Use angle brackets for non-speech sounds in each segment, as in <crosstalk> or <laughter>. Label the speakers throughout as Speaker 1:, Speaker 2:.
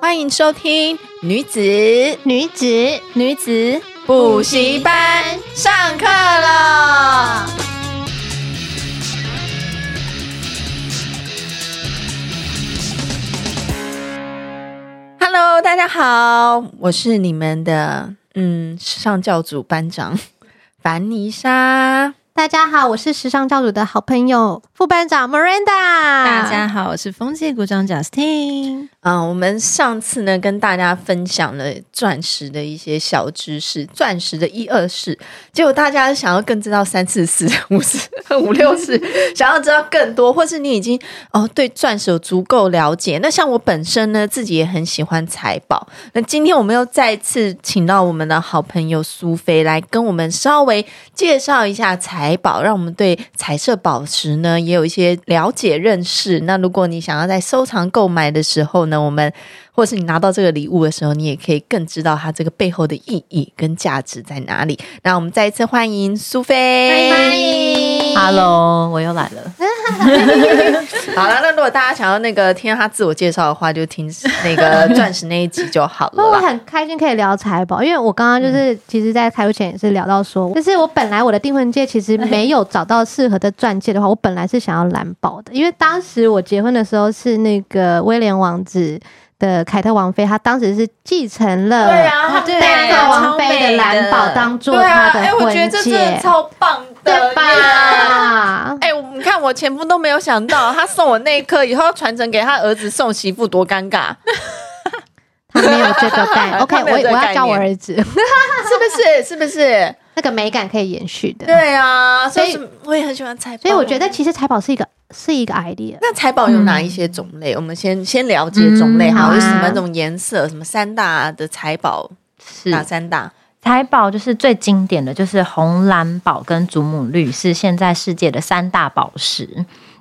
Speaker 1: 欢迎收听女子
Speaker 2: 女子
Speaker 3: 女子
Speaker 1: 补习班上课了。Hello，大家好，我是你们的嗯上教组班长凡妮莎。
Speaker 2: 大家好，我是时尚教主的好朋友副班长 Miranda。大
Speaker 3: 大家好，我是风纪股长 Justin。
Speaker 1: 啊、我们上次呢跟大家分享了钻石的一些小知识，钻石的一二式，结果大家想要更知道三四四五四五六四，想要知道更多，或是你已经哦对钻石有足够了解。那像我本身呢，自己也很喜欢财宝。那今天我们又再次请到我们的好朋友苏菲来跟我们稍微介绍一下财宝，让我们对彩色宝石呢也有一些了解认识。那如果你想要在收藏购买的时候呢，我们或是你拿到这个礼物的时候，你也可以更知道它这个背后的意义跟价值在哪里。那我们再一次欢迎苏菲，
Speaker 2: 欢迎
Speaker 3: Hello，我又来了。
Speaker 1: <laughs> 好了，那如果大家想要那个听到他自我介绍的话，就听那个钻石那一集就好
Speaker 2: <laughs>
Speaker 1: 嗯
Speaker 2: 不过
Speaker 1: 了
Speaker 2: 哦我
Speaker 1: 啦。
Speaker 2: 很开心可以聊财宝，因为我刚刚就是，其实，在开会前也是聊到说，就是我本来我的订婚戒其实没有找到适合的钻戒的话，我本来是想要蓝宝的，因为当时我结婚的时候是那个威廉王子的凯特王妃，她当时是继承了
Speaker 1: 对啊他
Speaker 2: 戴
Speaker 1: 戴
Speaker 2: 克
Speaker 1: 了
Speaker 2: 王妃的蓝宝当做她的
Speaker 1: 哎、我觉得
Speaker 2: 婚
Speaker 1: 这真的
Speaker 2: 戒，
Speaker 1: 超棒的
Speaker 2: 对吧？
Speaker 1: 哎、我你看我前夫都没有想到，他送我那一刻以后要传承给他儿子送媳妇，多尴
Speaker 2: <laughs>
Speaker 1: 尬，
Speaker 2: <laughs> 他没有这个
Speaker 1: <laughs>
Speaker 2: 概 OK，
Speaker 1: 他没有
Speaker 2: 我
Speaker 1: 这个
Speaker 2: 我
Speaker 1: 概
Speaker 2: 要教我
Speaker 1: 念
Speaker 2: 儿子，
Speaker 1: 是不是？是不是？
Speaker 2: 那个美感可以延续的。
Speaker 1: 对哦啊，所以
Speaker 2: 所
Speaker 1: 我也很喜欢财宝，
Speaker 2: 所以我觉得嗯其实财宝是一个是一个 idea。
Speaker 1: 那财宝有哪一些种类？我们先先了解种类，
Speaker 2: 嗯
Speaker 1: 好，
Speaker 2: 好啊
Speaker 1: 有什么那种颜色，什么三大的财宝，
Speaker 2: 嗯
Speaker 1: 哪三大？
Speaker 3: 财宝就是最经典的，就是红蓝宝跟祖母绿，是现在世界的三大宝石。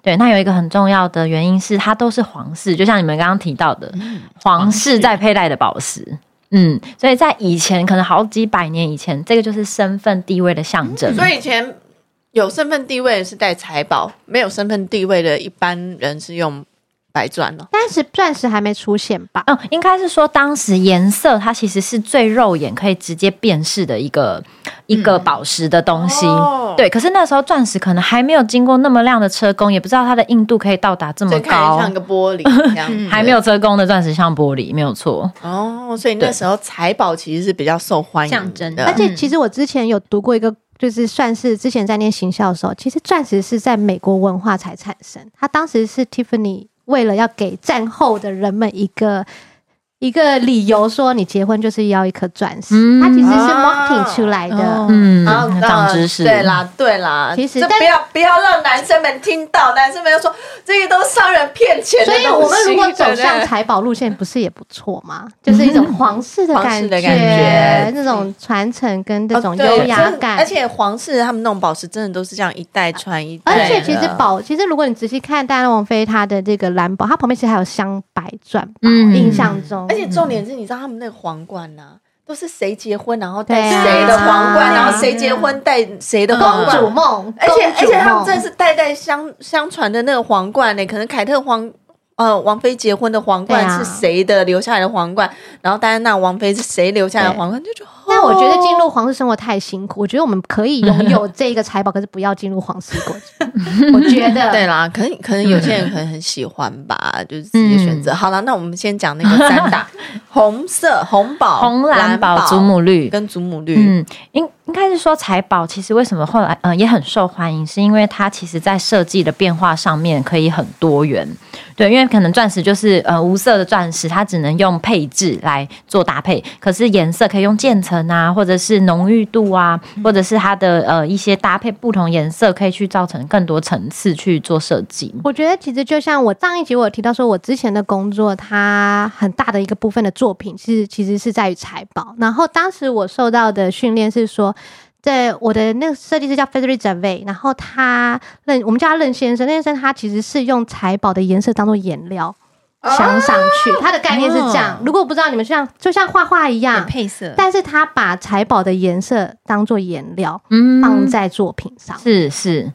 Speaker 3: 对，那有一个很重要的原因是，它都是皇室，就像你们刚刚提到的，皇室在佩戴的宝石。嗯，所以在以前，可能好几百年以前，这个就是身份地位的象
Speaker 1: <laughs>
Speaker 3: 征。
Speaker 1: 所以以前有身份地位的是带财宝，没有身份地位的一般人是用白钻哦。
Speaker 2: 但是钻石还没出现吧？
Speaker 3: 嗯，应该是说当时颜色它其实是最肉眼可以直接辨识的一个一个宝石的东西。
Speaker 1: 哦
Speaker 3: 对，可是那时候钻石可能还没有经过那么亮的车工，也不知道它的硬度可以到达这
Speaker 1: 就
Speaker 3: 么
Speaker 1: 看起来
Speaker 3: 高，
Speaker 1: 像个玻璃这样，
Speaker 3: <laughs> 还没有车工的钻石像玻璃，没有错。
Speaker 1: 哦，所以那时候财宝其实是比较受欢迎的，
Speaker 4: 象征
Speaker 2: 而且其实我之前有读过一个，就是算是之前在念行销的时候，其实钻石是在美国文化才产生。它当时是 Tiffany 为了要给战后的人们一个一个理由，说你结婚就是要一颗钻石。
Speaker 3: 嗯
Speaker 2: 它其实是
Speaker 1: 啊
Speaker 2: marketing 出来的。
Speaker 1: 哦
Speaker 3: 嗯
Speaker 1: 然后，
Speaker 3: 长知识。
Speaker 1: 对啦，对啦，
Speaker 2: 其实
Speaker 1: 这
Speaker 2: 但
Speaker 1: 不要不要让男生们听到，男生们要说这些都是商人骗钱的
Speaker 2: 所
Speaker 1: 东西，
Speaker 2: 以我们如果走
Speaker 1: 对不
Speaker 2: 向
Speaker 1: 对
Speaker 2: 财宝路线，不是也不错
Speaker 1: <laughs>
Speaker 2: 吗？就是一种皇室的
Speaker 1: 皇
Speaker 2: 感
Speaker 1: 室
Speaker 2: 觉，
Speaker 1: 的感觉
Speaker 2: 那种传承跟这
Speaker 1: 哦
Speaker 2: 种
Speaker 1: 对
Speaker 2: 优雅
Speaker 1: 真的
Speaker 2: 感。
Speaker 1: 而且皇室他们那种宝石真的都是这样一代传一代
Speaker 2: 而
Speaker 1: 的，
Speaker 2: 且其实宝，其实如果你仔细看戴安王妃她的这个蓝宝，它旁边其实还有镶白钻吧，
Speaker 3: 嗯
Speaker 2: 印象中。
Speaker 1: 而且重
Speaker 2: 哦嗯
Speaker 1: 点是，你知道他们那个皇冠呐、都是谁结婚然后戴
Speaker 2: 对啊
Speaker 1: 谁的皇冠，
Speaker 2: 对
Speaker 1: 然
Speaker 2: 啊
Speaker 1: 后谁结婚戴谁的皇
Speaker 2: 公
Speaker 1: 冠。
Speaker 2: 主梦，
Speaker 1: 而且
Speaker 2: 公主
Speaker 1: 而且他们
Speaker 2: 梦
Speaker 1: 真的是代代相相传的那个皇冠呢、可能凯特皇呃王妃结婚的皇冠
Speaker 2: 对啊
Speaker 1: 是谁的留下来的皇冠，然后戴安娜王妃是谁留下来的皇冠，就觉得哦
Speaker 2: 但我觉得进入皇室生活太辛苦，我觉得我们可以拥有这个财宝，可是不要进入皇室国
Speaker 1: <laughs>
Speaker 2: 家。我觉得，
Speaker 1: 对啦，可能可能有些人可能很喜欢吧，就是自己的选
Speaker 2: 嗯
Speaker 1: 择。好了，那我们先讲那个三
Speaker 2: <laughs>
Speaker 1: 大红色、红宝、
Speaker 3: 红蓝宝
Speaker 1: 宝、
Speaker 3: 祖母绿
Speaker 1: 跟祖母绿。
Speaker 3: 嗯，应应该是说财宝其实为什么后来嗯、呃也很受欢迎，是因为它其实在设计的变化上面可以很多元。对，因为可能钻石就是呃无色的钻石，它只能用配置来做搭配，可是颜色可以用渐层啊，或者是浓郁度啊，或者是它的呃一些搭配不同颜色，可以去造成更多层次去做设计。
Speaker 2: 我觉得其实就像我上一集我有提到说，我之前的工作，它很大的一个部分的作品是其实是在于财宝。然后当时我受到的训练是说，在我的那个设计师叫 Frederic z a v e 然后他任我们叫他任先生，任先生他其实是用财宝的颜色当做颜料。镶上去，他的概念是这样。如果不知道你们像就像画画一样，
Speaker 1: 哦配色，
Speaker 2: 但是他把财宝的颜色当做颜料
Speaker 3: 嗯
Speaker 2: 放在作品上，
Speaker 3: 是是，
Speaker 1: 嗯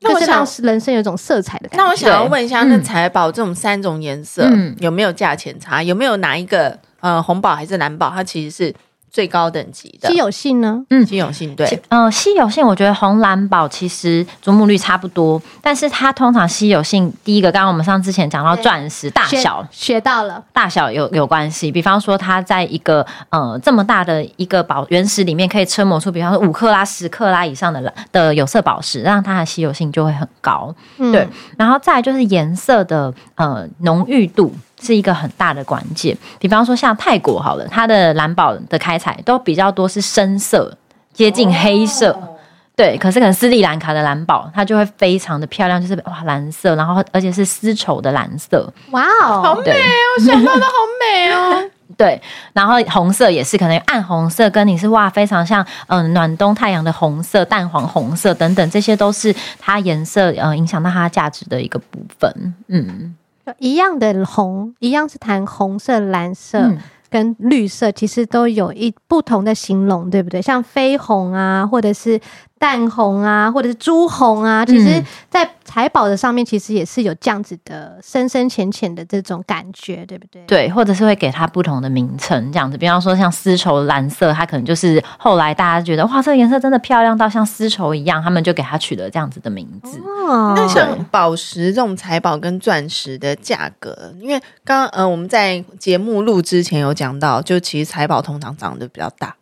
Speaker 1: 那
Speaker 2: 就
Speaker 1: 我
Speaker 2: 是
Speaker 1: 想
Speaker 2: 让人生有一种色彩的感觉。
Speaker 1: 哎那我想要
Speaker 3: 对
Speaker 1: 问一下，那
Speaker 3: 嗯
Speaker 1: 财宝这种三种颜色、
Speaker 3: 嗯
Speaker 1: 有没有价钱差？有没有哪一个呃红宝还是蓝宝，它其实是最高等级的
Speaker 2: 稀有性呢？
Speaker 1: 稀有性？对，
Speaker 3: 嗯，稀有性我觉得红蓝宝其实祖母绿差不多，但是它通常稀有性，第一个刚刚我们上之前讲到
Speaker 2: 对
Speaker 3: 钻石大
Speaker 2: 学
Speaker 3: 小。
Speaker 2: 学到了，
Speaker 3: 大小有有关系，比方说它在一个呃这么大的一个宝原石里面，可以车磨出比方说五克拉、十克拉以上的蓝的有色宝石，让它的稀有性就会很高。
Speaker 2: 嗯
Speaker 3: 对，然后再来就是颜色的呃浓郁度是一个很大的关键。比方说像泰国好了，它的蓝宝的开采都比较多是深色，接近黑色。
Speaker 1: 哦
Speaker 3: 对，可是可能斯里兰卡的蓝宝，它就会非常的漂亮，就是哇蓝色，然后而且是丝绸的蓝色，
Speaker 2: 哇
Speaker 1: 好
Speaker 2: 哦，
Speaker 1: 美哦，想到都 <laughs> 好美哦。
Speaker 3: 对，然后红色也是可能暗红色，跟你是哇非常像，嗯、暖冬太阳的红色、淡黄红色等等，这些都是它颜色呃影响到它价值的一个部分，嗯。
Speaker 2: 就一样的红，一样是谈红色、蓝色。
Speaker 3: 嗯
Speaker 2: 跟绿色其实都有一不同的形容，对不对？像绯红啊，或者是淡红啊，或者是朱红啊，其实
Speaker 3: 嗯，
Speaker 2: 在财宝的上面，其实也是有这样子的深深浅浅的这种感觉，对不对？
Speaker 3: 对，或者是会给它不同的名称，这样子。比方说像丝绸蓝色，它可能就是后来大家觉得哇，这个颜色真的漂亮到像丝绸一样，他们就给它取了这样子的名字。
Speaker 2: 哦，
Speaker 1: 那像宝石这种财宝跟钻石的价格，因为刚刚呃我们在节目录之前有讲到，就其实财宝通常长得比较大，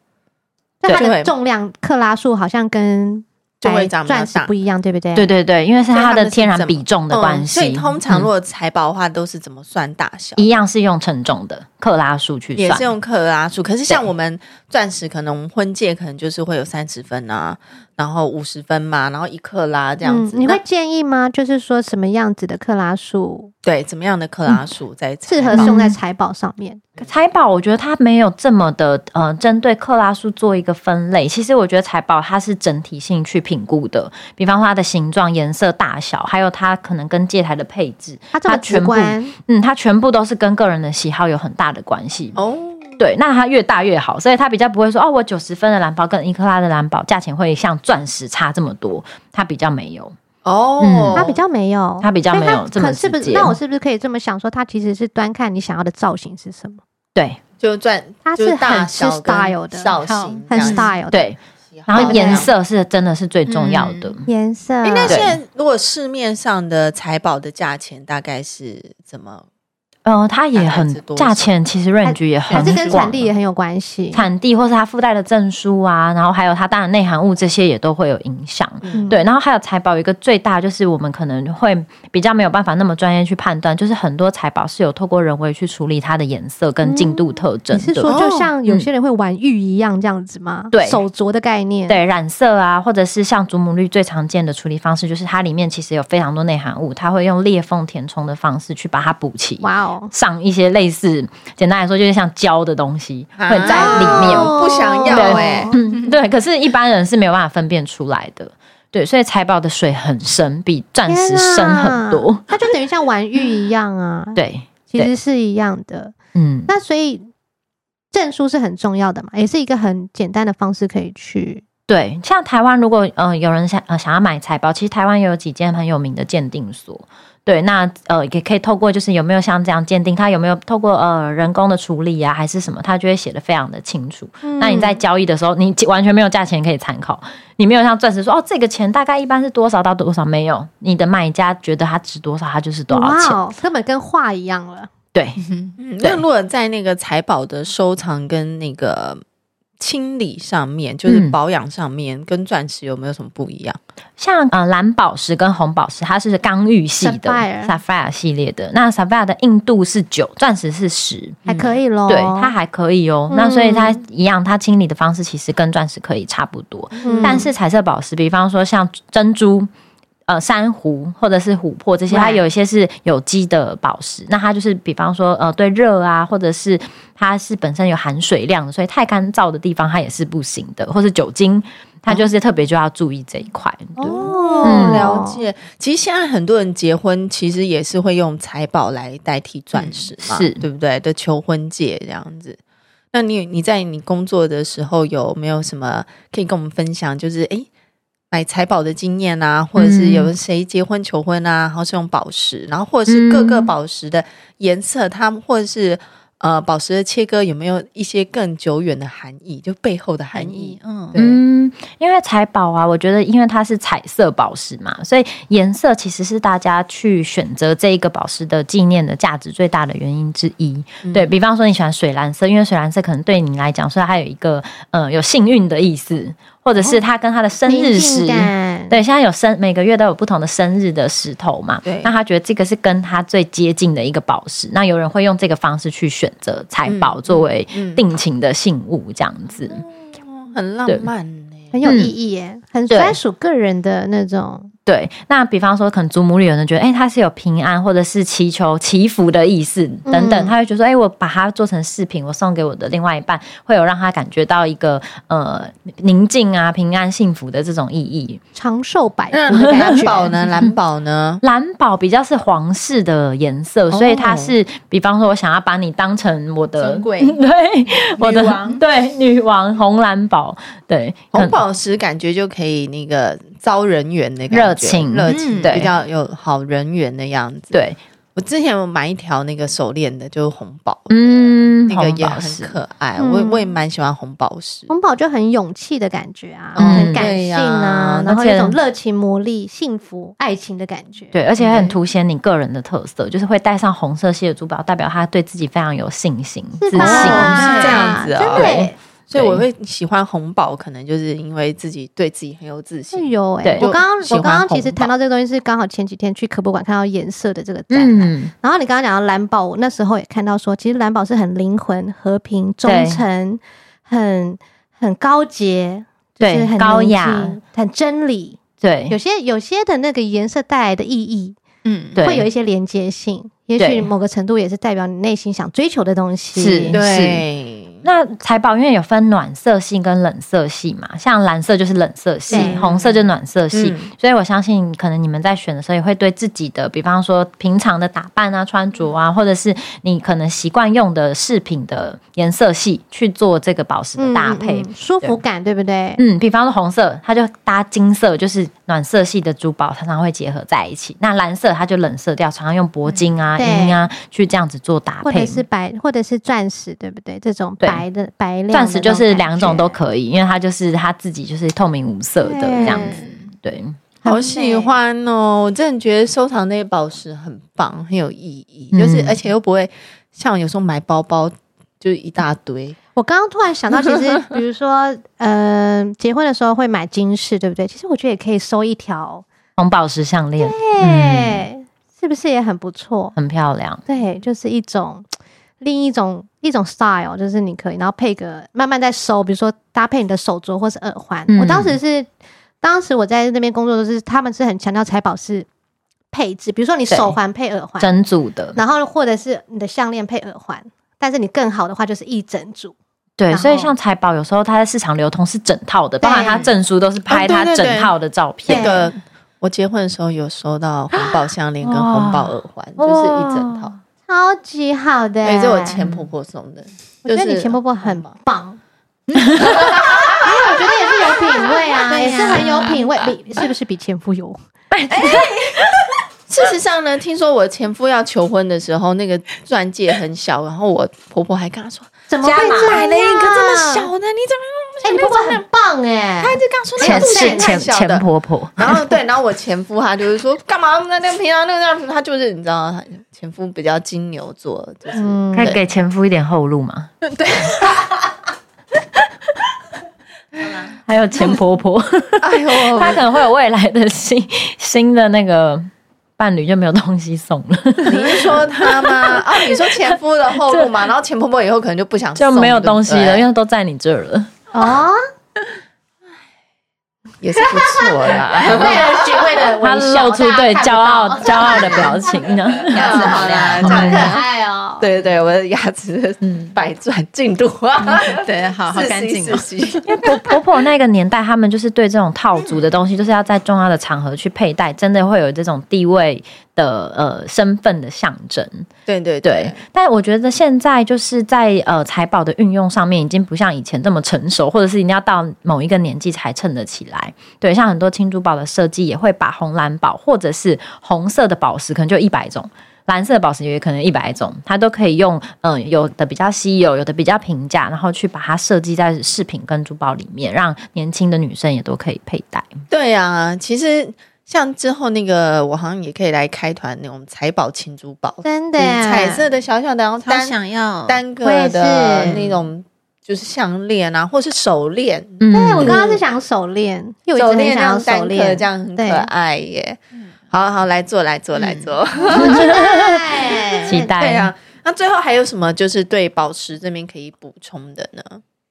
Speaker 2: 那它
Speaker 1: 对
Speaker 2: 的重量克拉数好像跟
Speaker 1: 就会
Speaker 2: 白
Speaker 1: 长比较
Speaker 2: 钻石
Speaker 1: 大
Speaker 2: 不一样，对不对？
Speaker 3: 对对对，因为是
Speaker 1: 所以
Speaker 3: 它
Speaker 1: 他们
Speaker 3: 的
Speaker 1: 是
Speaker 3: 天然
Speaker 1: 怎么
Speaker 3: 比重的关系，
Speaker 1: 所以通常
Speaker 3: 嗯
Speaker 1: 如果财宝的话，都是怎么算大小？
Speaker 3: 一样是用称重的克拉数去
Speaker 1: 也
Speaker 3: 算
Speaker 1: 是。用克拉数，可是像
Speaker 3: 对
Speaker 1: 我们钻石，可能婚戒可能就是会有三十分啊，然后五十分嘛，然后一克拉这样子。
Speaker 2: 嗯你会
Speaker 1: 那
Speaker 2: 建议吗？就是说什么样子的克拉数
Speaker 1: 对怎么样的克拉数在
Speaker 2: 适合
Speaker 1: 采买
Speaker 2: 用在财宝上面？
Speaker 3: 财宝，我觉得它没有这么的呃，针对克拉数做一个分类。其实我觉得财宝它是整体性去评估的，比方说它的形状、颜色、大小，还有它可能跟戒台的配置，
Speaker 2: 它这么直
Speaker 3: 全部
Speaker 2: 观，
Speaker 3: 嗯，它全部都是跟个人的喜好有很大的关系。
Speaker 1: 哦？
Speaker 3: 对，那它越大越好，所以它比较不会说哦，我九十分的蓝宝跟一克拉的蓝宝价钱会像钻石差这么多，它比较没有，
Speaker 1: 哦，
Speaker 3: 嗯
Speaker 2: 它比较没有，
Speaker 3: 它比较
Speaker 2: 所以
Speaker 3: 没有这么
Speaker 2: 可是不
Speaker 3: 直
Speaker 2: 是？
Speaker 3: 接
Speaker 2: 那我是不是可以这么想说，它其实是端看你想要的造型是什么？
Speaker 3: 对
Speaker 1: 就钻，
Speaker 2: 它
Speaker 1: 就是大
Speaker 2: 很吃
Speaker 1: 小跟
Speaker 2: style 的，
Speaker 1: 造型
Speaker 2: 很
Speaker 1: 这样子
Speaker 2: style 的。，
Speaker 3: 对，然后颜色是真的是最重要的。
Speaker 2: 颜色
Speaker 1: 诶那
Speaker 3: 对
Speaker 1: 现在如果市面上的财宝的价钱大概是怎么？
Speaker 3: 呃，它也
Speaker 1: 大概是
Speaker 3: 很
Speaker 1: 多少
Speaker 3: 价钱，其
Speaker 2: 嗯
Speaker 3: 实 range 也很
Speaker 2: 还
Speaker 3: 广，
Speaker 2: 是跟产地也很有关系。
Speaker 3: 产地或是它附带的证书啊，然后还有它当然内含物这些也都会有影响。
Speaker 2: 嗯
Speaker 3: 对，然后还有财宝有一个最大就是我们可能会比较没有办法那么专业去判断，就是很多财宝是有透过人为去处理它的颜色跟进度特征
Speaker 2: 嗯你是
Speaker 3: 的。
Speaker 2: 说就
Speaker 1: 哦
Speaker 2: 像有些人会玩玉一样这样子吗？
Speaker 3: 对
Speaker 2: 手镯的概念。，
Speaker 3: 对染色啊，或者是像祖母绿最常见的处理方式，就是它里面其实有非常多内含物，它会用裂缝填充的方式去把它补齐，
Speaker 2: 哇哦，
Speaker 3: 上一些类似，简单来说就是像胶的东西
Speaker 1: 啊
Speaker 3: 会在里面。
Speaker 2: 哦
Speaker 1: 不想要欸
Speaker 3: 嗯，对，可是，一般人是没有办法分辨出来的。对，所以财宝的水 <laughs> 很深，比钻石深很
Speaker 2: 天
Speaker 3: 多
Speaker 2: 啊。它就等于像玩玉一样啊。，
Speaker 3: 对，
Speaker 2: 其实是一样的。
Speaker 3: 嗯，
Speaker 2: 那所以证书是很重要的嘛，也是一个很简单的方式可以去。
Speaker 3: 对，像台湾如果呃有人想呃想要买财宝，其实台湾也有几间很有名的鉴定所。对，那呃也可以透过就是有没有像这样鉴定，它有没有透过呃人工的处理啊，还是什么，它就会写的非常的清楚。那你
Speaker 2: 嗯
Speaker 1: 嗯
Speaker 3: 在交易的时候，你完全没有价钱可以参考，你没有像钻石说哦这个钱大概一般是多少到多少，没有，你的卖家觉得它值多少，它就是多少
Speaker 2: 哇
Speaker 3: 钱。
Speaker 2: 哦，根本跟画一样了。
Speaker 3: 对，
Speaker 2: <laughs>
Speaker 1: 嗯，
Speaker 3: 对
Speaker 1: 那如果在那个财宝的收藏跟那个清理上面，就是
Speaker 3: 嗯
Speaker 1: 保养上面，跟钻石有没有什么不一样？
Speaker 3: 像呃蓝宝石跟红宝石，它是刚玉系的
Speaker 2: Sapphire
Speaker 3: Sapphire 系列的。那 Sapphire 的硬度是九，钻石是十。
Speaker 2: 还可以咯。
Speaker 3: 嗯对，它还可以哦。
Speaker 2: 哦嗯
Speaker 3: 那所以它一样，它清理的方式其实跟钻石可以差不多。
Speaker 2: 嗯
Speaker 3: 但是彩色宝石，比方说像珍珠、呃珊瑚或者是琥珀这些，
Speaker 1: Right
Speaker 3: 它有一些是有机的宝石，那它就是比方说呃对热啊，或者是它是本身有含水量的，所以太干燥的地方它也是不行的，或是酒精，它就是特别就要注意这一块。对
Speaker 2: 哦
Speaker 3: 嗯
Speaker 1: 了。解。其实现在很多人结婚，其实也是会用财宝来代替钻石嘛，
Speaker 3: 嗯是
Speaker 1: 对不对？的求婚戒这样子。那你你在你工作的时候有没有什么可以跟我们分享？就是诶，买财宝的经验啊，或者是有谁结婚求婚啊，然后是用宝石，然后或者是各个
Speaker 3: 嗯
Speaker 1: 宝石的颜色，它们或者是呃宝石的切割有没有一些更久远的含义，就背后的含义？嗯，对，
Speaker 3: 嗯，因为财宝啊，我觉得因为它是彩色宝石嘛，所以颜色其实是大家去选择这一个宝石的纪念的价值最大的原因之一。
Speaker 1: 嗯
Speaker 3: 对比方说，你喜欢水蓝色，因为水蓝色可能对你来讲，所以它有一个呃有幸运的意思，或者是它跟它的生日
Speaker 1: 哦
Speaker 3: 时。
Speaker 2: 对，
Speaker 3: 对，现在有生每个月都有不同的生日的石头嘛，
Speaker 1: 对
Speaker 3: 那他觉得这个是跟他最接近的一个宝石，那有人会用这个方式去选择财宝作为
Speaker 1: 嗯
Speaker 3: 定情的信物这样子，
Speaker 1: 很浪
Speaker 3: 对
Speaker 1: 漫呢、
Speaker 2: 很有意义耶，很
Speaker 3: 嗯对
Speaker 2: 专属个人的那种。
Speaker 3: 对，那比方说，可能祖母里有人觉得，哎、它是有平安或者是祈求祈福的意思等等，
Speaker 2: 嗯
Speaker 3: 他会觉得说，哎、我把它做成饰品，我送给我的另外一半，会有让他感觉到一个呃宁静啊、平安、幸福的这种意义。
Speaker 2: 长寿
Speaker 3: <laughs>
Speaker 2: 百
Speaker 1: 那
Speaker 2: 福的感
Speaker 1: <laughs> 蓝
Speaker 2: 觉。
Speaker 1: 嗯宝呢？蓝宝呢？
Speaker 3: 蓝宝比较是皇室的颜色，所以
Speaker 1: 哦
Speaker 3: 它是，比方说，我想要把你当成我的
Speaker 1: 尊贵
Speaker 3: <laughs> 对，我的
Speaker 1: 女王
Speaker 3: <laughs> 对女王红蓝宝，对
Speaker 1: 红
Speaker 3: <laughs> 可
Speaker 1: 宝石感觉就可以那个招人缘的感觉
Speaker 3: 热情
Speaker 1: 热情
Speaker 3: 嗯对
Speaker 1: 比较有好人缘的样子。
Speaker 3: 对，
Speaker 1: 我之前有买一条那个手链的，就是红宝，
Speaker 3: 嗯，
Speaker 1: 那个
Speaker 3: 红
Speaker 1: 也
Speaker 3: 宝
Speaker 1: 很
Speaker 3: 石。哦
Speaker 1: 可爱，
Speaker 2: 嗯
Speaker 1: 我我也蛮喜欢红宝石。
Speaker 2: 红宝就很勇气的感觉啊，
Speaker 1: 嗯
Speaker 2: 很感性啊，
Speaker 3: 对呀
Speaker 2: 然后
Speaker 3: 而且
Speaker 2: 有一种热情、魔力、幸福、爱情的感觉。，
Speaker 3: 对，而且很凸显你个人的特色，就是会戴上红色系的珠宝，代表他对自己非常有信心、自
Speaker 2: 是
Speaker 3: 信。
Speaker 2: 吧？
Speaker 1: 哦是这样子啊
Speaker 2: 真的耶，
Speaker 1: 所以我会喜欢红宝，可能就是因为自己对自己很有自
Speaker 2: 是
Speaker 1: 信。
Speaker 2: 有哎
Speaker 3: 对。
Speaker 2: 我刚
Speaker 1: 喜欢
Speaker 2: 刚我刚刚其实
Speaker 1: 红宝
Speaker 2: 谈到这个东西，是刚好前几天去科博馆看到颜色的这个展览，
Speaker 3: 嗯，
Speaker 2: 然后你刚刚讲到蓝宝，我那时候也看到说，其实蓝宝是很灵魂、和平、忠
Speaker 3: 对
Speaker 2: 诚，很很高洁，就是
Speaker 3: 对
Speaker 2: 很
Speaker 3: 高
Speaker 2: 宁
Speaker 3: 雅
Speaker 2: 静、很真理。有
Speaker 3: 对
Speaker 2: 些有些的那个颜色带来的意义，
Speaker 1: 嗯，
Speaker 3: 对，
Speaker 2: 会有一些连接性，也许
Speaker 3: 对
Speaker 2: 某个程度也是代表你内心想追求的东西。
Speaker 3: 是
Speaker 1: 对。
Speaker 3: 那财宝因为有分暖色系跟冷色系嘛，像蓝色就是冷色系
Speaker 2: 对，
Speaker 3: 红色就是暖色系，
Speaker 1: 嗯
Speaker 3: 所以我相信可能你们在选的时候也会对自己的，比方说平常的打扮啊、穿着啊，或者是你可能习惯用的饰品的颜色系去做这个宝石的
Speaker 2: 嗯
Speaker 3: 搭配。
Speaker 2: 嗯嗯舒服感，对不对？
Speaker 3: 嗯，比方说红色，它就搭金色，就是暖色系的珠宝，常常会结合在一起。那蓝色它就冷色调，常常用铂金啊、
Speaker 2: 嗯对
Speaker 3: 银啊去这样子做搭
Speaker 2: 或者
Speaker 3: 配。
Speaker 2: 是白，或者是钻石，对不对？这种
Speaker 3: 对
Speaker 2: 白的白亮的
Speaker 3: 钻石就
Speaker 2: 那
Speaker 3: 是
Speaker 2: 感
Speaker 3: 两种
Speaker 2: 觉
Speaker 3: 都可以，因为它就是它自己就是透明无色的
Speaker 2: 对
Speaker 3: 这样子。对，
Speaker 2: 很
Speaker 1: 好
Speaker 2: 美
Speaker 1: 喜欢哦！我真的觉得收藏那些宝石很棒，很有意义，就是
Speaker 3: 嗯
Speaker 1: 而且又不会像有时候买包包就是一大堆，
Speaker 2: 我刚刚突然想到，其
Speaker 3: <laughs>
Speaker 2: 实比如说，呃，结婚的时候会买金饰，对不对？其实我觉得也可以收一条，
Speaker 3: 红宝石项链
Speaker 2: 对，
Speaker 3: 嗯
Speaker 2: 是不是也很不错？
Speaker 3: 很漂亮。
Speaker 2: 对，就是一种另一种一种 style，就是你可以，然后配个慢慢再收，比如说搭配你的手镯或是耳环。
Speaker 3: 嗯
Speaker 2: 我当时是，当时我在那边工作，就是他们是很强调财宝是配置，比如说你
Speaker 3: 对
Speaker 2: 手环配耳环，
Speaker 3: 真组的，
Speaker 2: 然后或者是你的项链配耳环，但是你更好的话就是一整组，
Speaker 3: 对，
Speaker 2: 然后
Speaker 3: 所以像财宝有时候它在市场流通是整套的，包含它证书都是
Speaker 1: 哦
Speaker 3: 拍
Speaker 1: 对
Speaker 3: 它
Speaker 1: 对对
Speaker 3: 整套的照
Speaker 1: 这
Speaker 3: 片。
Speaker 1: 个我结婚的时候有收到红宝项链跟红宝耳环，
Speaker 3: 哇
Speaker 1: 就是一整套，
Speaker 2: 超级好的、
Speaker 1: 哎对，这是我前婆婆送的。
Speaker 2: 我觉得
Speaker 1: 就是嗯
Speaker 2: 你前婆婆很
Speaker 1: 很忙
Speaker 2: 棒。 <laughs> 因为我觉得也是有品味啊，
Speaker 1: 对呀
Speaker 2: 也是很有品味，比是不是比前夫有？
Speaker 1: 事实上呢，听说我前夫要求婚的时候，那个钻戒很小，然后我婆婆还跟他说
Speaker 2: 怎么会
Speaker 3: 加码
Speaker 2: 这样？
Speaker 1: 买了一个这么小的，你怎么
Speaker 2: 哎、你婆婆很棒哎、
Speaker 1: 他就刚说那
Speaker 3: 前
Speaker 1: 个
Speaker 3: 是
Speaker 1: 是
Speaker 3: 前
Speaker 1: 太小
Speaker 3: 前
Speaker 1: 的。
Speaker 3: 婆婆，
Speaker 1: <laughs> 然后对，然后我前夫他就是说干嘛？那那个平常那个样子，他就是你知道，他前夫比较金牛座，就是、
Speaker 2: 嗯
Speaker 3: 可以给前夫一点后路嘛？嗯对。 <laughs> 还有前婆婆， <laughs>
Speaker 1: 哎呦，
Speaker 3: 她可能会有未来的新新的那个伴侣，就没有东西 <laughs> 送了，
Speaker 1: 你是说他吗？啊，你说前夫的后路嘛，然后前婆婆以后可能就不想
Speaker 3: 就
Speaker 1: 送
Speaker 3: 没有东西了，
Speaker 1: 对
Speaker 3: 因为都在你这儿了。
Speaker 2: 哦，
Speaker 1: 也是不错啦。
Speaker 2: <laughs> 为了学会了
Speaker 3: 她露出对骄傲骄傲的表情呢。
Speaker 1: 牙齿好啦，这
Speaker 2: 好可
Speaker 1: 样
Speaker 2: 爱哦。
Speaker 1: 对对对，我的牙齿百转进度啊，
Speaker 4: 对，好好干净哦。
Speaker 1: 四 C，四 C
Speaker 3: 因为 <laughs> 婆婆婆那个年代，他们就是对这种套族的东西，就是要在重要的场合去佩戴，真的会有这种地位的呃身份的象征。
Speaker 1: 对对
Speaker 3: 对
Speaker 1: 对，，
Speaker 3: 但我觉得现在就是在呃财宝的运用上面，已经不像以前这么成熟，或者是一定要到某一个年纪才称得起来。对，像很多青珠宝的设计也会把红蓝宝或者是红色的宝石，可能就一百种。蓝色的宝石也可能一百种，它都可以用，嗯、有的比较稀有，有的比较平价，然后去把它设计在饰品跟珠宝里面，让年轻的女生也都可以佩戴。
Speaker 1: 对啊，其实像之后那个，我好像也可以来开团那种财宝青珠宝，
Speaker 2: 真的
Speaker 1: 就是
Speaker 2: 耶，
Speaker 1: 彩色的小小的，然后
Speaker 4: 超
Speaker 1: 单
Speaker 4: 想要，
Speaker 1: 单
Speaker 2: 我
Speaker 1: 个
Speaker 2: 也是
Speaker 1: 的那种，就是项链啊，或是手链，
Speaker 3: 嗯，
Speaker 2: 对，我刚刚是想手链，因为
Speaker 1: 手
Speaker 2: 我一直很
Speaker 1: 链
Speaker 2: 想
Speaker 1: 那
Speaker 2: 要
Speaker 1: 种
Speaker 2: 手
Speaker 1: 单
Speaker 2: 链嗯
Speaker 1: 颗，这样很可
Speaker 2: 对
Speaker 1: 爱耶。好好来做来做来做，
Speaker 2: 嗯 <laughs> 对
Speaker 3: <laughs> 期
Speaker 1: <laughs>
Speaker 3: 待。
Speaker 1: 对啊。那最后还有什么就是对宝石这边可以补充的呢？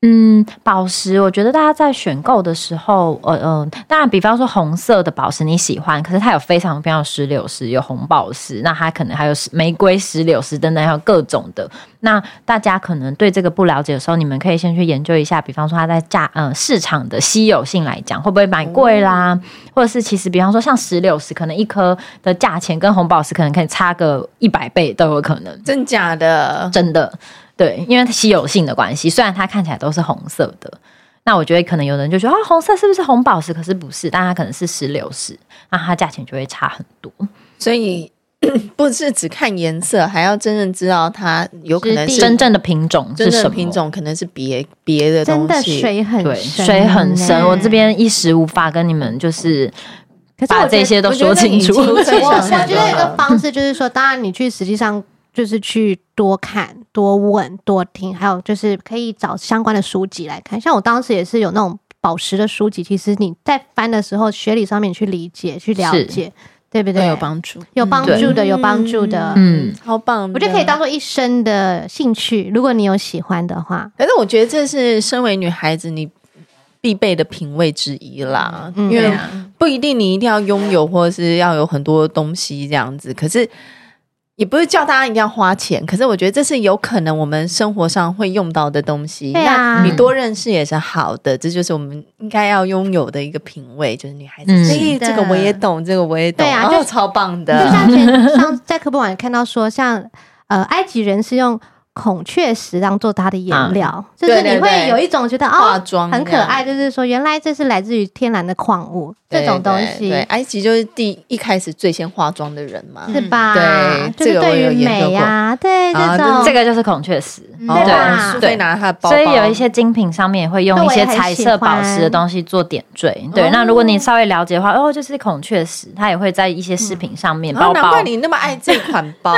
Speaker 3: 嗯，宝石，我觉得大家在选购的时候，呃呃，当然，比方说红色的宝石你喜欢，可是它有非常非常石榴石，有红宝石，那它可能还有石玫瑰、石榴石等等，还有各种的。那大家可能对这个不了解的时候，你们可以先去研究一下，比方说它在价呃市场的稀有性来讲，会不会买贵啦，或者是其实比方说像石榴石，可能一颗的价钱跟红宝石可能可以差个一百倍都有可能。
Speaker 1: 真假的？
Speaker 3: 真的，对，因为它稀有性的关系，虽然它看起来都是红色的，那我觉得可能有人就觉得啊，红色是不是红宝石？可是不是，但它可能是石榴石，那它价钱就会差很多。
Speaker 1: 所以 <coughs> 不是只看颜色，还要真正知道它有可能是
Speaker 3: 真正的品种
Speaker 1: 真正
Speaker 3: 是什
Speaker 1: 的
Speaker 3: 么？
Speaker 1: 品种，可能是别别的
Speaker 2: 真
Speaker 1: 东
Speaker 2: 的
Speaker 1: 西。
Speaker 2: 水很
Speaker 3: 对，
Speaker 2: 深，
Speaker 3: 水很
Speaker 1: 嗯
Speaker 3: 深，
Speaker 2: 欸
Speaker 3: 我这。边一时无法跟你们就是
Speaker 2: 可是我
Speaker 3: 把
Speaker 2: 觉得
Speaker 3: 这些都说清楚。 <laughs>
Speaker 1: 我觉得已经
Speaker 2: 我
Speaker 1: 非
Speaker 2: 我
Speaker 1: 常
Speaker 2: 觉得有
Speaker 1: 多
Speaker 2: 一个
Speaker 1: 了
Speaker 2: 方式就是说，当然你去实际上就是去多看、多问、多听，还有就是可以找相关的书籍来看。像我当时也是有那种宝石的书籍，其实你在翻的时候，学理上面去理解、去了
Speaker 3: 是
Speaker 2: 解，对不
Speaker 4: 对，
Speaker 2: 对？
Speaker 4: 有帮助，
Speaker 2: 有帮
Speaker 3: 对
Speaker 2: 助的，有帮助的。
Speaker 3: 嗯，
Speaker 1: 好棒的！
Speaker 2: 我觉得可以当做一生的兴趣，如果你有喜欢的话。
Speaker 1: 可是我觉得这是身为女孩子你必备的品味之一啦，
Speaker 2: 嗯
Speaker 1: 因
Speaker 4: 对
Speaker 1: 为
Speaker 4: 啊，
Speaker 1: 不一定你一定要拥有，或者是要有很多东西这样子。可是也不是叫大家一定要花钱，可是我觉得这是有可能我们生活上会用到的东西。
Speaker 2: 对啊
Speaker 1: 那你多认识也是好的，这就是我们应该要拥有的一个品味，就是女孩子。
Speaker 3: 嗯
Speaker 1: 所以
Speaker 4: 是的
Speaker 1: 这个我也懂，这个我也懂，
Speaker 2: 对啊
Speaker 1: 哦
Speaker 2: 就
Speaker 1: 超棒
Speaker 2: 就
Speaker 1: 的。
Speaker 2: 像前 <laughs> 上在科普网也看到说，像呃埃及人是用孔雀石当做它的颜料，就是
Speaker 1: 对对
Speaker 2: 你
Speaker 1: 对
Speaker 2: 会有一种觉得
Speaker 1: 化
Speaker 2: 哦
Speaker 1: 妆
Speaker 2: 很可爱，就是说原来这是来自于天然的矿物这种东
Speaker 1: 对，对
Speaker 2: 西。
Speaker 1: 埃及就是第一开始最先化妆的人嘛。
Speaker 2: 是吧？
Speaker 1: 嗯对
Speaker 2: 就
Speaker 1: 这
Speaker 2: 是
Speaker 1: 个我有
Speaker 2: 对于
Speaker 1: 研究
Speaker 2: 美
Speaker 1: 过
Speaker 2: 呀，对
Speaker 1: 啊
Speaker 2: 这种
Speaker 3: 这个就是孔雀石，
Speaker 1: 哦
Speaker 2: 对
Speaker 3: 嗯吧
Speaker 1: 苏菲拿她的包包，
Speaker 3: 所以有一些精品上面也会用一些彩色宝石的东西做点缀。
Speaker 1: 哦
Speaker 3: 对，那如果你稍微了解的话，哦，就是孔雀石，它也会在一些饰品上面，
Speaker 1: 啊，
Speaker 3: 包
Speaker 1: 难
Speaker 3: 包
Speaker 1: 怪。你那么爱这款包，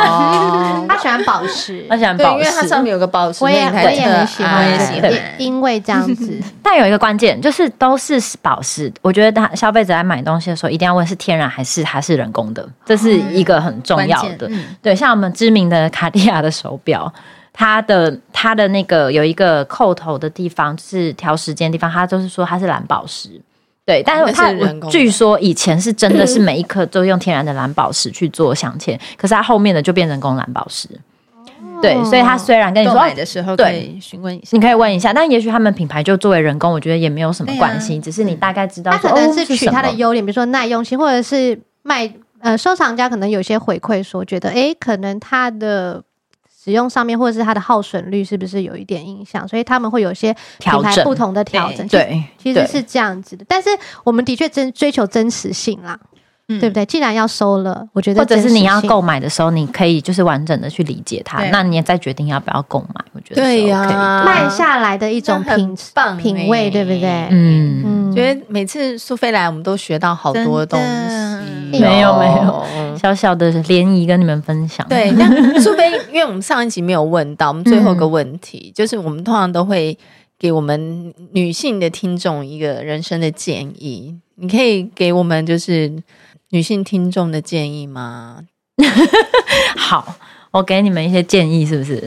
Speaker 2: 他喜欢宝石
Speaker 3: 它，喜
Speaker 1: <laughs>
Speaker 3: 欢
Speaker 1: 对，因
Speaker 3: 宝
Speaker 1: 为它
Speaker 3: 石，
Speaker 1: 上面有个啊宝石，
Speaker 2: 我也
Speaker 1: 那嗯你
Speaker 2: 我
Speaker 1: 才
Speaker 2: 也
Speaker 1: 特
Speaker 2: 很喜
Speaker 1: 爱
Speaker 2: 欢，
Speaker 4: 我也喜欢
Speaker 2: 也因为这样
Speaker 1: 嗯
Speaker 2: 子，
Speaker 3: 但有一个关键就是都是宝石，我觉得他消费者在买东西的时候一定要问是天然还是还是人工的，这是一个很重要的。
Speaker 4: 关键嗯
Speaker 3: 对，像我们知名的卡地亚的手表。它的它的那个有一个扣头的地方，就是调时间的地方，它就是说它是蓝宝石，对，但
Speaker 1: 那
Speaker 3: 是
Speaker 1: 是
Speaker 3: 它
Speaker 1: 人工的
Speaker 3: 据说以前是真的是每一颗都用天然的蓝宝石去做镶嵌，可是它后面的就变人工蓝宝石，对，所以它虽然跟你
Speaker 4: 购
Speaker 3: 说
Speaker 4: 买
Speaker 3: 哦
Speaker 4: 的时候
Speaker 3: 对
Speaker 4: 可以询问一下，
Speaker 3: 你可以问一下，但也许他们品牌就作为人工，我觉得也没有什么关系，只是你大概知道
Speaker 2: 他
Speaker 3: 说，
Speaker 2: 啊可能
Speaker 3: 哦
Speaker 2: 是取它的
Speaker 3: 什么
Speaker 2: 优点，比如说耐用性，或者是卖呃收藏家可能有些回馈说，觉得诶可能它的使用上面或者是它的耗损率是不是有一点影响，所以他们会有一些品
Speaker 3: 调
Speaker 2: 牌不
Speaker 3: 整，
Speaker 2: 同的调整。
Speaker 3: 对，
Speaker 2: 其实，其
Speaker 3: 对
Speaker 2: 实是这样子的，但是我们的确真追求真实性啦，
Speaker 4: 嗯
Speaker 2: 对不对？既然要收了，我觉得
Speaker 3: 或者是你要
Speaker 2: 真实性
Speaker 3: 购买的时候，你可以就是完整的去理解它
Speaker 4: 对，
Speaker 3: 那你也再决定要不要购买。我觉得是 OK 的
Speaker 2: 慢下来的一种
Speaker 1: 那很
Speaker 2: 品
Speaker 1: 棒
Speaker 2: 品
Speaker 1: 欸
Speaker 2: 味，对不对？
Speaker 3: 嗯，
Speaker 2: 嗯
Speaker 1: 觉得每次苏菲来，我们都学到好多东哦
Speaker 4: 真
Speaker 1: 西。
Speaker 4: 的
Speaker 3: 没有没有。小小的涟漪跟你们分享。
Speaker 1: 对，那苏菲，因为我们上一集没有问到，我们最后一个问题、就是，我们通常都会给我们女性的听众一个人生的建议，你可以给我们就是女性听众的建议吗？
Speaker 3: 好，我给你们一些建议，是
Speaker 2: <laughs>
Speaker 3: 不是？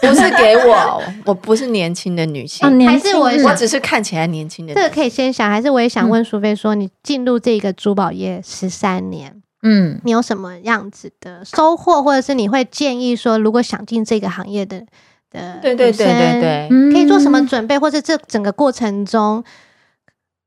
Speaker 1: 不是给我，我不是年轻的女性，
Speaker 3: 哦年
Speaker 2: 还是我
Speaker 3: 轻
Speaker 1: 我
Speaker 2: 想
Speaker 1: 只是看起来年轻的
Speaker 2: 这
Speaker 1: 女
Speaker 2: 个
Speaker 1: 性。
Speaker 2: 可以先想，还是我也想问苏菲说，你进入这个珠宝业十三年，
Speaker 3: 嗯，
Speaker 2: 你有什么样子的收获，或者是你会建议说，如果想进这个行业的的
Speaker 1: 对对对对对，
Speaker 3: 嗯
Speaker 2: 可以做什么？准备，或者这整个过程中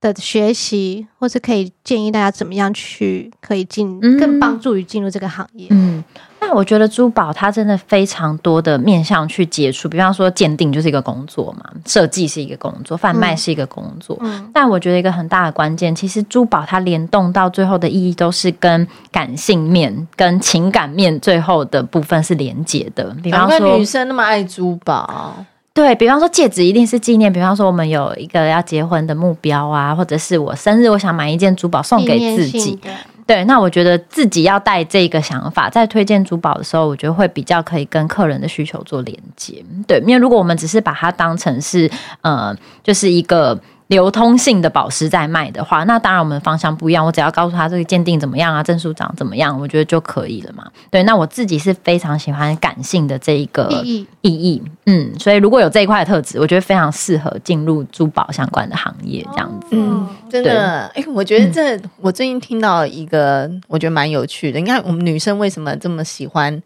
Speaker 2: 的学习，或是可以建议大家怎么样去可以进，
Speaker 3: 嗯
Speaker 2: 更帮助于进入这个行业。
Speaker 3: 嗯，那我觉得珠宝它真的非常多的面向去接触，比方说鉴定就是一个工作嘛，设计是一个工作，贩卖
Speaker 2: 嗯
Speaker 3: 是一个工作。
Speaker 2: 嗯
Speaker 3: 但我觉得一个很大的关键，其实珠宝它联动到最后的意义都是跟感性面、跟情感面最后的部分是连接的。比
Speaker 1: 难
Speaker 3: 方
Speaker 1: 怪
Speaker 3: 说，
Speaker 1: 女生那么爱珠宝，
Speaker 3: 对比方说戒指一定是纪念，比方说我们有一个要结婚的目标啊，或者是我生日我想买一件珠宝送
Speaker 2: 纪
Speaker 3: 给
Speaker 2: 念
Speaker 3: 自
Speaker 2: 性
Speaker 3: 己。
Speaker 2: 的
Speaker 3: 对，那我觉得自己要带这个想法，在推荐珠宝的时候，我觉得会比较可以跟客人的需求做连接。对，因为如果我们只是把它当成是呃，就是一个。流通性的宝石在卖的话，那当然我们方向不一样。我只要告诉他这个鉴定怎么样啊，证书长怎么样，我觉得就可以了嘛。对，那我自己是非常喜欢感性的这一个
Speaker 1: 呃
Speaker 2: 意义。
Speaker 3: 意义，嗯，所以如果有这一块的特质，我觉得非常适合进入珠宝相关的行业，这样子。
Speaker 1: 嗯，真的，哎、我觉得这、我最近听到一个，我觉得蛮有趣的。你看，我们女生为什么这么喜欢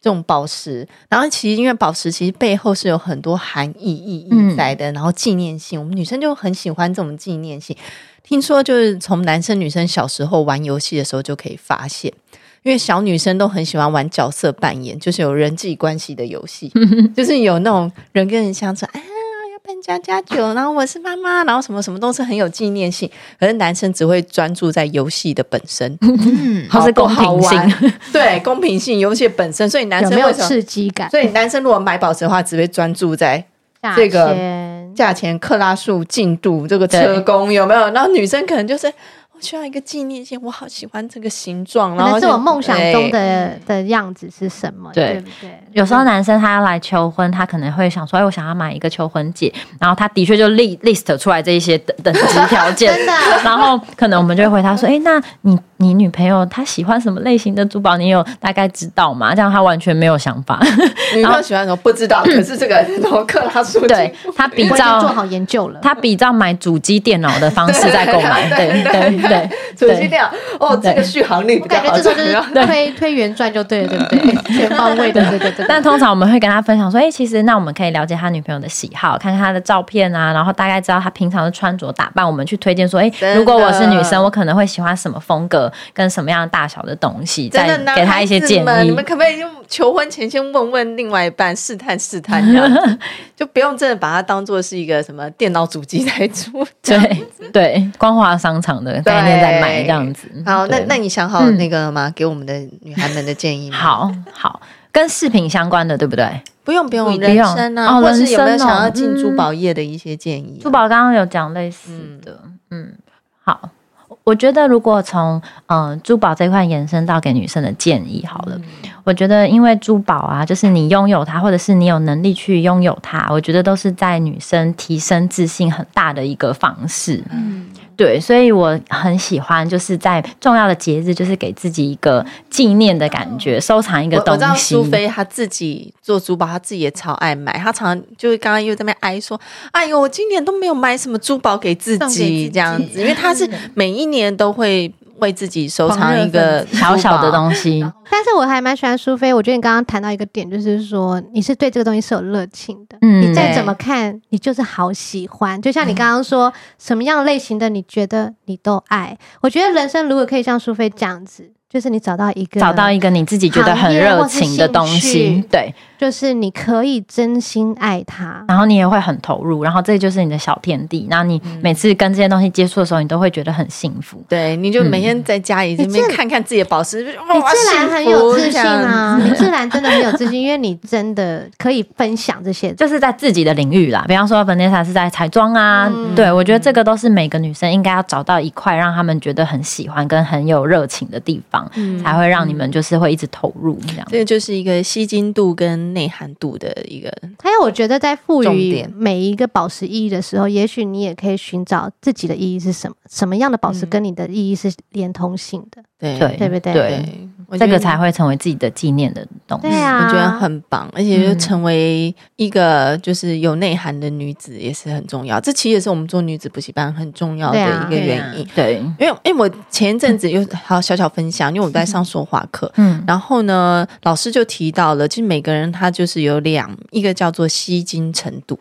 Speaker 1: 这种宝石？然后其实因为宝石其实背后是有很多含义意义
Speaker 3: 嗯
Speaker 1: 在的，然后纪念性，我们女生就很喜欢这种纪念性。听说就是从男生女生小时候玩游戏的时候就可以发现。因为小女生都很喜欢玩角色扮演，就是有人际关系的游
Speaker 2: <laughs>
Speaker 1: 戏，就是有那种人跟人相处啊，要扮家家酒，然后我是妈妈，然后什么什么都是很有纪念性。可是男生只会专注在游戏的本身，
Speaker 2: <laughs>
Speaker 4: 嗯，
Speaker 3: 或是公
Speaker 1: 好不
Speaker 3: 平
Speaker 1: 好玩
Speaker 3: 性，
Speaker 1: 对公平性、游戏本身。所以男
Speaker 2: 有
Speaker 1: 生
Speaker 2: 没有
Speaker 1: 为什么？
Speaker 2: 刺激感？
Speaker 1: 所以男生如果买宝石的话，只会专注在
Speaker 2: 价
Speaker 1: 这个
Speaker 2: 钱
Speaker 1: 价钱、克拉数、进度、这个车工有没有？然后女生可能就是我需要一个纪念性，我好喜欢这个形状，
Speaker 2: 可
Speaker 3: 啊
Speaker 1: 然后
Speaker 2: 能是
Speaker 1: 就
Speaker 2: 我梦想中
Speaker 1: 对
Speaker 2: 的的样子是什么？
Speaker 3: 对
Speaker 2: 对不对？
Speaker 3: 有时候男生他要来求婚，他可能会想说：“哎，我想要买一个求婚戒。”然后他的确就 li- list 出来这一些等等级条件，
Speaker 2: <laughs> 真的
Speaker 3: 然后可能我们就会回他说：“哎，那你你女朋友她喜欢什么类型的珠宝？你有大概知道吗？”这样他完全没有想法，
Speaker 1: 女朋友喜欢什么不知
Speaker 3: <laughs>
Speaker 1: 道，可是这个然后克拉数 <laughs>
Speaker 3: 对他比
Speaker 2: 我已经做
Speaker 3: 较。
Speaker 2: 好研究了。
Speaker 3: 他比较买主机电脑的方式在购
Speaker 2: <laughs>
Speaker 3: 买，对对对，
Speaker 1: 手机掉哦，这个续航力
Speaker 2: 我
Speaker 1: 比较
Speaker 2: 感觉
Speaker 1: 好。
Speaker 2: 这时候
Speaker 1: <laughs>
Speaker 2: 就是推推原转就对了，对不对？全方位的，对对对。
Speaker 3: <laughs> 但通常我们会跟他分享说，哎、其实那我们可以了解他女朋友的喜好，看看他的照片啊，然后大概知道他平常的穿着打扮，我们去推荐说，哎、
Speaker 1: 真的
Speaker 3: 如果我是女生，我可能会喜欢什么风格，跟什么样大小的东西，
Speaker 1: 真
Speaker 3: 再
Speaker 1: 的，
Speaker 3: 给他一些建
Speaker 1: 男孩子们你
Speaker 3: 议
Speaker 1: 们。可不可以用求婚前先问问另外一半，试探试探这样
Speaker 3: <laughs>
Speaker 1: 子，就不用真的把它当做是一个什么电脑主机在出。
Speaker 3: 对对，光华商场的概念在买这样子。
Speaker 1: 好，那
Speaker 3: 嗯对
Speaker 1: 那你想好
Speaker 3: 嗯
Speaker 1: 那个了
Speaker 3: <laughs>
Speaker 1: 吗？给我们的女孩们的建议吗？，
Speaker 3: 好好跟饰品相关的，对不对？
Speaker 1: 不用不
Speaker 3: 不
Speaker 1: 用，
Speaker 3: 一
Speaker 1: 人
Speaker 3: 定
Speaker 1: 生啊，
Speaker 3: 哦
Speaker 1: 或是有没有
Speaker 3: 人生哦
Speaker 1: 想要进珠宝业的一些建议啊？
Speaker 3: 珠宝刚刚有讲类似的，嗯好，我我觉得如果从嗯、呃珠宝这块延伸到给女生的建议好了，我觉得因为珠宝啊，就是你拥有它，或者是你有能力去拥有它，我觉得都是在女生提升自信很大的一个方式。
Speaker 4: 嗯
Speaker 3: 对，所以我很喜欢，就是在重要的节日，就是给自己一个纪念的感觉，收藏一个
Speaker 1: 我我
Speaker 3: 东
Speaker 1: 知道
Speaker 3: 西。
Speaker 1: 苏菲她自己做珠宝，她自己也超爱买。她常常就是刚刚又在那边哀说：“哎呦，我今年都没有买什么珠宝给自
Speaker 4: 送给自
Speaker 1: 己
Speaker 4: 己
Speaker 1: 这样子。”因为她
Speaker 3: <laughs>
Speaker 1: 是每一年都会为自己收藏一
Speaker 4: 狂热
Speaker 1: 个
Speaker 4: 分
Speaker 3: 小小的
Speaker 1: 西。
Speaker 3: 东西，
Speaker 2: 但是我还蛮喜欢苏菲，我觉得你刚刚谈到一个点，就是说你是对这个东西是有热情的。
Speaker 3: 嗯
Speaker 2: 你再怎么看，你就是好喜欢。就像你刚刚说，什么样类型的你觉得你都爱。我觉得人生如果可以像苏菲这样子，就是你找到一个
Speaker 3: 找到一个你自己觉得很热情的东
Speaker 2: 行业或是兴
Speaker 3: 西
Speaker 2: 趣，
Speaker 3: 对，
Speaker 2: 就是你可以真心爱他。
Speaker 3: 然后你也会很投入，然后这就是你的小天地。然后你
Speaker 1: 嗯
Speaker 3: 每次跟这些东西接触的时候，你都会觉得很幸福。
Speaker 1: 对，你就每天在家里哎这哎边看看自己的宝石，就哇
Speaker 2: 李志兰很有自信！啊
Speaker 1: 幸，
Speaker 2: 李志兰真的很有自信，因为你真的可以分享这些。
Speaker 3: 就是在自己的领域啦，比方说 Vanessa 是在彩妆啊，
Speaker 1: 嗯
Speaker 3: 对我觉得这个都是每个女生应该要找到一块让她们觉得很喜欢跟很有热情的地方，
Speaker 1: 嗯
Speaker 3: 才会让你们就是会一直投入这样
Speaker 1: 福。这个就是一个吸睛度跟内涵度的一个，
Speaker 2: 还有，我觉得在赋
Speaker 1: 重
Speaker 2: 予
Speaker 1: 点
Speaker 2: 每一个宝石意义的时候，也许你也可以寻找自己的意义是什么，什么样的宝
Speaker 3: 嗯
Speaker 2: 石跟你的意义是连通性的，
Speaker 1: 对
Speaker 3: 对
Speaker 2: 对不对？
Speaker 3: 对
Speaker 1: 对，我觉
Speaker 3: 这
Speaker 1: 得
Speaker 3: 个才会成为自己的纪念的东西。
Speaker 2: 对啊，嗯
Speaker 1: 我觉得很棒，而且就成为一个就是有内涵的女子也是很重要。这其实也是我们做女子补习班很重要的
Speaker 2: 对啊
Speaker 1: 一个原因。
Speaker 3: 对，
Speaker 1: 因为，因为我前一阵子又好小小分享，因为
Speaker 2: <laughs>
Speaker 1: 我在上说话课，
Speaker 3: 嗯，
Speaker 1: 然后呢，老师就提到了，其实每个人他就是有两，一个叫做吸睛程度，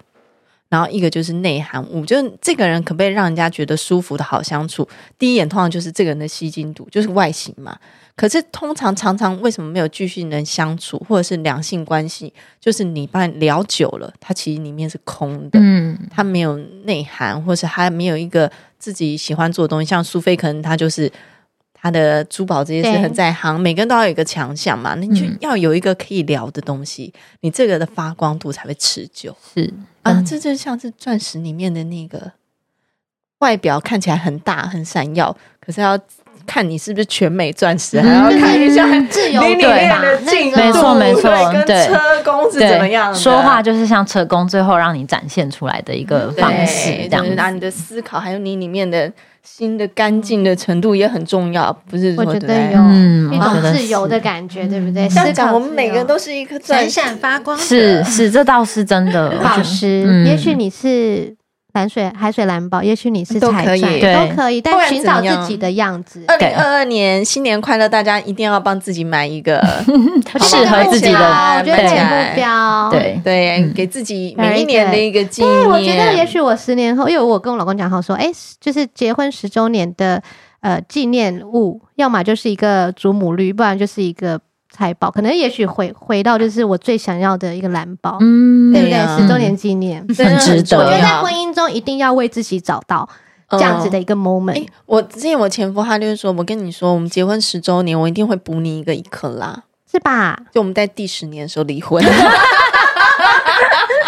Speaker 1: 然后一个就是内涵物，就是这个人可不可以让人家觉得舒服的好相处。第一眼通常就是这个人的吸睛度，就是外形嘛。可是通常常常为什么没有继续能相处，或者是两性关系，就是你把你聊久了，它其实里面是空的，
Speaker 3: 嗯，
Speaker 1: 他没有内涵，或是他没有一个自己喜欢做的东西。像苏菲，可能他就是他的珠宝这些是
Speaker 2: 对
Speaker 1: 很嗯在行，每个人都要有一个强项嘛，那你就要有一个可以聊的东西，你这个的发光度才会持久
Speaker 3: 是
Speaker 1: 啊
Speaker 3: 嗯！
Speaker 1: 这就像是钻石里面的那个外表看起来很大很闪耀，可是要看你是不是全美钻石，还要嗯看一下。 <laughs>
Speaker 2: 自由
Speaker 1: 你里
Speaker 2: 对
Speaker 1: 面
Speaker 2: 吧？
Speaker 1: 的
Speaker 2: 那
Speaker 1: 进
Speaker 2: 个
Speaker 1: 度
Speaker 3: 没错没错
Speaker 1: 对跟
Speaker 3: 对
Speaker 1: 车工是
Speaker 3: 对
Speaker 1: 怎么样的
Speaker 3: 说话就是像车工，最后让你展现出来的一个
Speaker 1: 嗯对
Speaker 3: 方式，这样
Speaker 1: 就是拿你的思考，还有你里面的心的干净的程度也很重要，不是说
Speaker 2: 我
Speaker 1: 对
Speaker 2: 觉
Speaker 1: 不
Speaker 2: 得
Speaker 1: 对
Speaker 2: 有
Speaker 3: 嗯
Speaker 2: 一
Speaker 3: 我觉
Speaker 2: 种
Speaker 3: 得
Speaker 2: 自由
Speaker 3: 是嗯
Speaker 2: 的感觉，对不对？
Speaker 1: 这样
Speaker 2: 思
Speaker 1: 讲，
Speaker 2: 考
Speaker 1: 我们
Speaker 2: 自
Speaker 1: 每个
Speaker 2: 由
Speaker 1: 人都是一颗钻
Speaker 4: 闪
Speaker 1: 石，
Speaker 4: 闪发光的
Speaker 3: 是是，这倒是真的。我觉
Speaker 2: 宝
Speaker 3: 得
Speaker 2: 石，
Speaker 3: 嗯
Speaker 2: 也许你是蓝水海水蓝宝，也许你是
Speaker 1: 都
Speaker 2: 彩
Speaker 1: 可
Speaker 2: 钻，
Speaker 1: 以
Speaker 3: 对
Speaker 2: 都可以，
Speaker 1: 不
Speaker 2: 但
Speaker 1: 然
Speaker 2: 寻
Speaker 1: 怎
Speaker 2: 找
Speaker 1: 样呃
Speaker 2: 自己的样子。
Speaker 1: 二零
Speaker 3: 对
Speaker 1: 二二年新年快乐！大家一定要帮自己买一
Speaker 2: <laughs>
Speaker 1: 个，
Speaker 2: 我觉得
Speaker 3: 适合
Speaker 2: 这个
Speaker 3: 自己
Speaker 2: 目标
Speaker 3: 的
Speaker 2: 我觉得这
Speaker 3: 对
Speaker 2: 个目标。
Speaker 3: 对，
Speaker 1: 对，
Speaker 3: 嗯
Speaker 1: 给自己每一年的一个纪念。
Speaker 2: 对，我觉得也许我十年后，因为我跟我老公讲好说，哎，就是结婚十周年的呃纪念物，要么就是一个祖母绿，不然就是一个财宝。可能也许回回到就是我最想要的一个蓝宝，
Speaker 3: 嗯，
Speaker 2: 对不
Speaker 1: 对
Speaker 2: 对？
Speaker 1: 啊
Speaker 2: 十周年纪念，
Speaker 1: 真的
Speaker 3: 很值得
Speaker 1: 重
Speaker 2: 我觉得在
Speaker 1: 要
Speaker 2: 婚姻中一定要为自己找到这样子的一个 moment。
Speaker 1: 哎、我之前我前夫他就是说，我跟你说，我们结婚十周年，我一定会补你一个一克拉。
Speaker 2: 是吧？
Speaker 1: 就我们在第十年的时候离婚，
Speaker 2: 那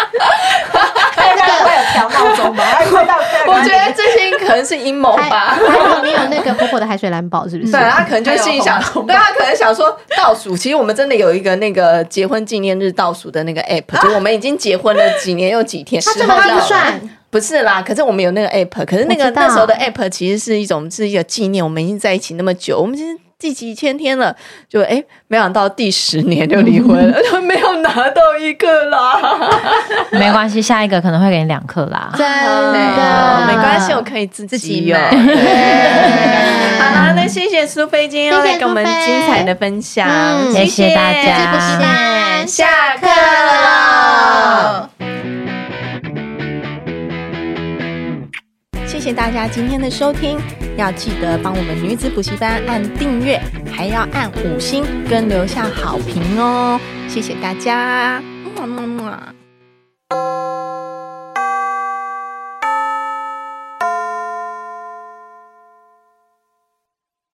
Speaker 2: 个
Speaker 1: <laughs> 我觉得这些可能是阴谋
Speaker 2: 还
Speaker 1: 吧。
Speaker 2: 还有你有那个婆婆的海水蓝宝是不是？
Speaker 1: 对啊他可能就心里想，对他可能想说倒数。其实我们真的有一个那个结婚纪念日倒数的那个 <laughs> app，就我们已经结婚了几年又几天，
Speaker 2: 他这么精算，
Speaker 1: 不是啦。可是我们有那个 app，可是那
Speaker 2: 我
Speaker 1: 个
Speaker 2: 知道
Speaker 1: 那时候的 app 其实是一种是一个纪念，我们已经在一起那么久，我们其实。第几千天了，就哎、没想到第十年就离婚了，
Speaker 2: <laughs>
Speaker 1: 就没有拿到一个啦。
Speaker 3: 没关系，下一个可能会给你两克啦。
Speaker 2: 真的
Speaker 1: 没关系，我可以自己有。
Speaker 4: 买
Speaker 2: 嗯
Speaker 1: 好啦，那谢谢苏菲今天要
Speaker 2: 谢谢
Speaker 1: 来给我们
Speaker 2: 苏菲
Speaker 1: 精彩的分享，
Speaker 2: 嗯
Speaker 3: 谢谢大家
Speaker 2: 这不是
Speaker 1: 下课了。谢谢大家今天的收听，要记得帮我们女子补习班按订阅，还要按五星跟留下好评哦，谢谢大家，么么么。